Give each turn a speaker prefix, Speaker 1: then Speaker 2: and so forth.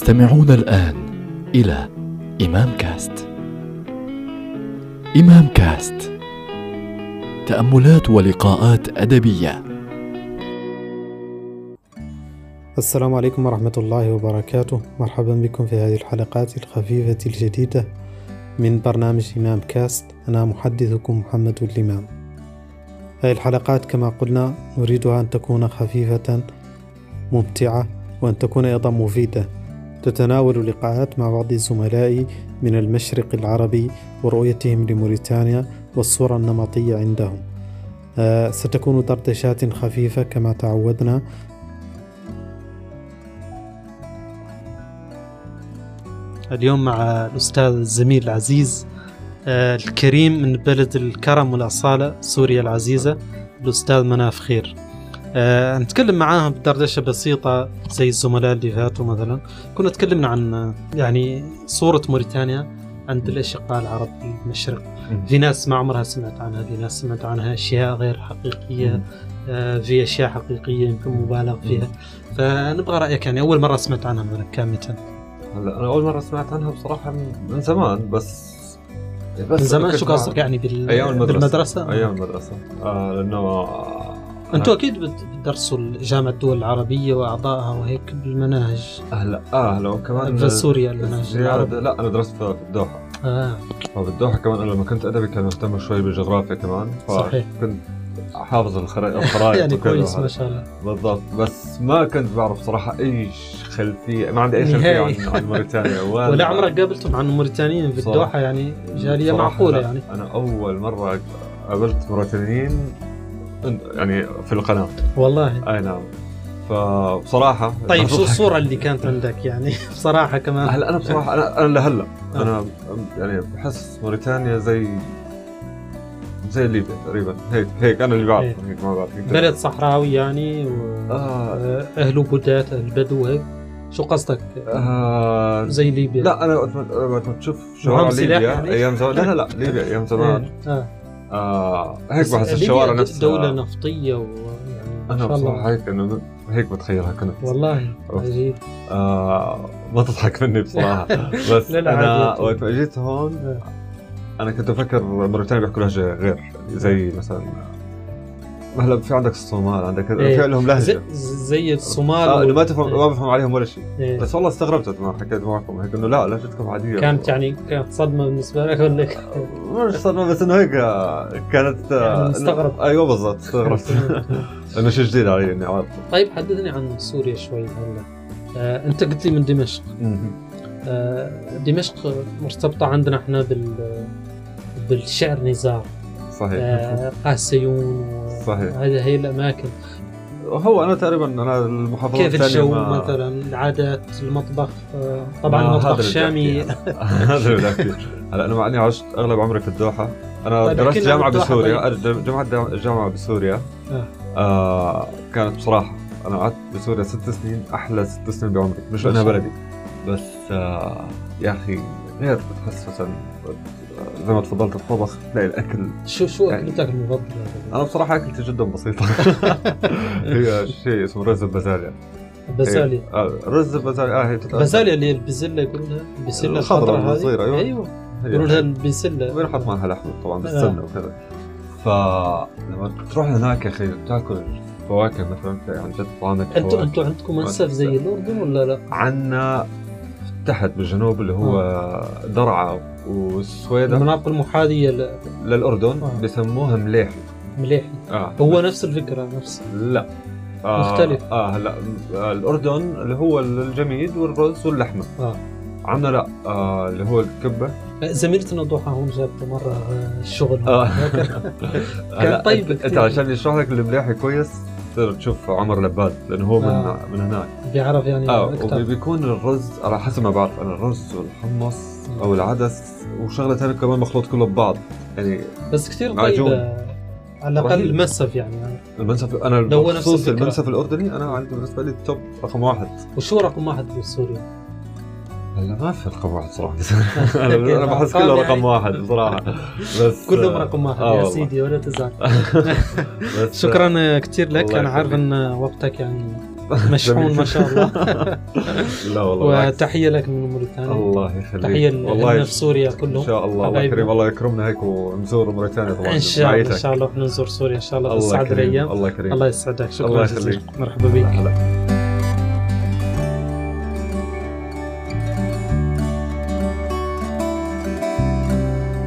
Speaker 1: تستمعون الآن إلى إمام كاست. إمام كاست تأملات ولقاءات أدبية.
Speaker 2: السلام عليكم ورحمة الله وبركاته مرحبا بكم في هذه الحلقات الخفيفة الجديدة من برنامج إمام كاست أنا محدثكم محمد الإمام هذه الحلقات كما قلنا نريدها أن تكون خفيفة ممتعة وأن تكون أيضا مفيدة تتناول لقاءات مع بعض الزملاء من المشرق العربي ورؤيتهم لموريتانيا والصورة النمطية عندهم آه، ستكون دردشات خفيفة كما تعودنا اليوم مع الأستاذ الزميل العزيز آه، الكريم من بلد الكرم والأصالة سوريا العزيزة الأستاذ مناف خير آه، نتكلم معاهم بدردشه بسيطه زي الزملاء اللي فاتوا مثلا كنا تكلمنا عن آه، يعني صوره موريتانيا عند الاشقاء العرب في المشرق في ناس ما عمرها سمعت عنها في ناس سمعت عنها اشياء غير حقيقيه آه، في اشياء حقيقيه يمكن مبالغ فيها فنبغى رايك يعني اول مره سمعت عنها مثلا كامله
Speaker 3: هلا انا اول مره سمعت عنها بصراحه من من زمان بس
Speaker 2: من
Speaker 3: إيه، بس
Speaker 2: زمان شو
Speaker 3: كنت مع-
Speaker 2: قصدك يعني بال...
Speaker 3: ايام المدرسه
Speaker 2: بالمدرسه
Speaker 3: ايام المدرسه آه لانه آه،
Speaker 2: انتوا اكيد بت- بتدرسوا جامعه الدول العربيه واعضائها وهيك بالمناهج
Speaker 3: هلا اه هلا وكمان
Speaker 2: في سوريا المناهج العربية
Speaker 3: زيادة لا انا درست في الدوحه
Speaker 2: آه.
Speaker 3: فبالدوحه كمان انا لما كنت ادبي كان مهتم شوي بالجغرافيا كمان
Speaker 2: صحيح.
Speaker 3: فكنت حافظ الخرائط الخرائط
Speaker 2: يعني
Speaker 3: وكذا
Speaker 2: كويس
Speaker 3: وهذا.
Speaker 2: ما شاء الله
Speaker 3: بالضبط بس ما كنت بعرف صراحه اي خلفيه ما عندي اي خلفيه
Speaker 2: نهائي.
Speaker 3: عن, عن موريتانيا ولا,
Speaker 2: ولا عمرك قابلتهم عن موريتانيين في
Speaker 3: طيب. صح.
Speaker 2: الدوحه يعني جاليه
Speaker 3: صراحة
Speaker 2: معقوله
Speaker 3: لا.
Speaker 2: يعني
Speaker 3: انا اول مره قابلت موريتانيين يعني في القناه
Speaker 2: والله
Speaker 3: اي نعم فبصراحه
Speaker 2: طيب شو الصوره اللي كانت عندك يعني بصراحه كمان
Speaker 3: هلا انا بصراحه انا انا لهلا
Speaker 2: آه.
Speaker 3: انا يعني بحس موريتانيا زي زي ليبيا تقريبا هيك هيك انا اللي بعرف هيك ما بعرف يمكن-
Speaker 2: بلد صحراوي يعني و...
Speaker 3: آه
Speaker 2: اهله بدات اهل بدو هيك شو قصدك
Speaker 3: آه
Speaker 2: زي ليبيا
Speaker 3: لا انا وقت ما وقت ما تشوف شوارع
Speaker 2: معهم سلاح
Speaker 3: ليبيا
Speaker 2: يعني؟
Speaker 3: ايام زمان لا لا لا ليبيا ايام زمان
Speaker 2: إيه. آه.
Speaker 3: آه هيك
Speaker 2: بس
Speaker 3: بحس
Speaker 2: ليبيا
Speaker 3: الشوارع
Speaker 2: د-
Speaker 3: نفسها
Speaker 2: دوله نفطيه ويعني ما يعني
Speaker 3: انا
Speaker 2: شاء
Speaker 3: بصراحه
Speaker 2: الله
Speaker 3: هيك انه هيك بتخيلها كنت
Speaker 2: والله
Speaker 3: أوف.
Speaker 2: عجيب
Speaker 3: آه ما تضحك مني بصراحه بس
Speaker 2: لا، لا،
Speaker 3: انا
Speaker 2: عادي.
Speaker 3: وقت ما اجيت هون انا كنت افكر موريتانيا بيحكوا لهجه غير زي مثلا هلا في عندك الصومال عندك
Speaker 2: إيه.
Speaker 3: في عندهم لهجه
Speaker 2: زي, زي الصومال
Speaker 3: آه
Speaker 2: وال-
Speaker 3: انه ما تفهم ما بفهم عليهم ولا شيء
Speaker 2: إيه.
Speaker 3: بس والله استغربت لما حكيت معكم هيك انه لا لهجتكم عاديه
Speaker 2: كانت يعني كانت صدمه بالنسبه لك ولا
Speaker 3: مش صدمه بس انه هيك آه، كانت آه،
Speaker 2: يعني
Speaker 3: إنه-
Speaker 2: مستغرب.
Speaker 3: ايوه بالضبط استغربت انه شيء جديد علي اني اعرف
Speaker 2: طيب حدثني عن سوريا شوي هلا آه، انت قلت لي من دمشق آه، دمشق مرتبطه عندنا احنا بال بالشعر نزار
Speaker 3: صحيح
Speaker 2: آه، قاسيون
Speaker 3: إيه. صحيح.
Speaker 2: هذه هي الاماكن
Speaker 3: هو انا تقريبا انا المحافظات
Speaker 2: كيف
Speaker 3: الثانية
Speaker 2: الجو
Speaker 3: ما-
Speaker 2: مثلا العادات المطبخ آه، طبعا
Speaker 3: ما هذا
Speaker 2: المطبخ
Speaker 3: اللي يعني.
Speaker 2: الشامي
Speaker 3: بدي أحكي أنا. هذا اللي بدي أحكيه. هلا انا مع اني عشت اغلب عمري في الدوحه انا
Speaker 2: طيب
Speaker 3: درست
Speaker 2: احكي لنا عن
Speaker 3: جامعه
Speaker 2: الدوحة
Speaker 3: بسوريا جامعه جامعه بسوريا
Speaker 2: آه.
Speaker 3: آه كانت بصراحه انا قعدت بسوريا ست سنين احلى ست سنين بعمري مش لانها
Speaker 2: ما شاء
Speaker 3: بلدي بس آه يا اخي غير بتحس مثلا زي ما تفضلت الطبخ تلاقي الاكل
Speaker 2: شو شو
Speaker 3: يعني- آه.
Speaker 2: اكلتك المفضله
Speaker 3: انا بصراحه اكلتي جدا بسيطه هي شيء اسمه رز البازاليا
Speaker 2: بسالي
Speaker 3: آه رز البازاليا آه هي بتتقطع.
Speaker 2: بسالي اللي البزله يقولونها البسله
Speaker 3: الخضرة
Speaker 2: الخضراء هذه
Speaker 3: الصغيرة، أيوة.
Speaker 2: ايوه
Speaker 3: هي-
Speaker 2: يقولوا لها البسله
Speaker 3: بنحط معها لحمه طبعا
Speaker 2: نعم.
Speaker 3: بالسمنه وكذا فلما تروح هناك يا اخي بتاكل فواكه مثلا تلاقي عن جد طعمك
Speaker 2: انتوا انتوا عندكم منسف زي الاردن ولا
Speaker 3: إيه
Speaker 2: لا؟
Speaker 3: عندنا تحت بالجنوب اللي هو
Speaker 2: آه.
Speaker 3: درعا والسويدة
Speaker 2: المناطق المحاذيه ل-
Speaker 3: للاردن
Speaker 2: آه.
Speaker 3: بسموها مليحي
Speaker 2: مليح
Speaker 3: اه
Speaker 2: هو نفس الفكره نفس
Speaker 3: لا آه
Speaker 2: مختلف.
Speaker 3: اه هلا آه الاردن اللي هو الجميد والرز واللحمه
Speaker 2: آه.
Speaker 3: عندنا لا آه اللي هو الكبه
Speaker 2: زميلتنا ضحى هون جابته مره آه، الشغل هون.
Speaker 3: آه.
Speaker 2: كان طيب
Speaker 3: انت, انت
Speaker 2: كتير.
Speaker 3: عشان يشرح لك الملاحي كويس تصير تشوف عمر لباد لانه هو من
Speaker 2: آه.
Speaker 3: من هناك
Speaker 2: بيعرف يعني
Speaker 3: اه
Speaker 2: اكثر
Speaker 3: وبيكون الرز على حسب ما بعرف انا الرز والحمص او العدس وشغله ثانيه كمان مخلوط كله ببعض يعني
Speaker 2: بس كثير
Speaker 3: معجون.
Speaker 2: طيبه على الاقل
Speaker 3: رهيب.
Speaker 2: المنسف يعني
Speaker 3: المنسف انا
Speaker 2: لو هو نفس
Speaker 3: بخصوص
Speaker 2: الفكرة.
Speaker 3: المنسف الاردني انا عندي بالنسبه لي التوب رقم واحد
Speaker 2: وشو رقم واحد بسوريا؟
Speaker 3: هلا ما في رقم واحد صراحه انا انا بحس كله
Speaker 2: يعني.
Speaker 3: رقم واحد بصراحه بس
Speaker 2: كلهم رقم واحد
Speaker 3: آه
Speaker 2: يا
Speaker 3: والله.
Speaker 2: سيدي ولا تزعل
Speaker 3: بس
Speaker 2: شكرا كثير لك
Speaker 3: الله
Speaker 2: انا عارف
Speaker 3: يخليك.
Speaker 2: ان وقتك يعني مشحون ما شاء الله
Speaker 3: لا والله بالعكس.
Speaker 2: وتحيه لك من موريتانيا
Speaker 3: الله يخليك
Speaker 2: تحية لأهلنا في سوريا
Speaker 3: ان
Speaker 2: كلهم.
Speaker 3: شاء الله الله
Speaker 2: حبايبنا.
Speaker 3: يكرم الله يكرمنا هيك ونزور موريتانيا طبعا
Speaker 2: ان شاء الله ان
Speaker 3: برعايتك.
Speaker 2: شاء الله نزور سوريا ان شاء الله في
Speaker 3: الله
Speaker 2: اسعد
Speaker 3: يكرم
Speaker 2: الايام
Speaker 3: الله يكرم
Speaker 2: الله يسعدك شكرا
Speaker 3: الله
Speaker 2: جزيلا
Speaker 3: يخليك.
Speaker 2: مرحبا بك
Speaker 3: هلا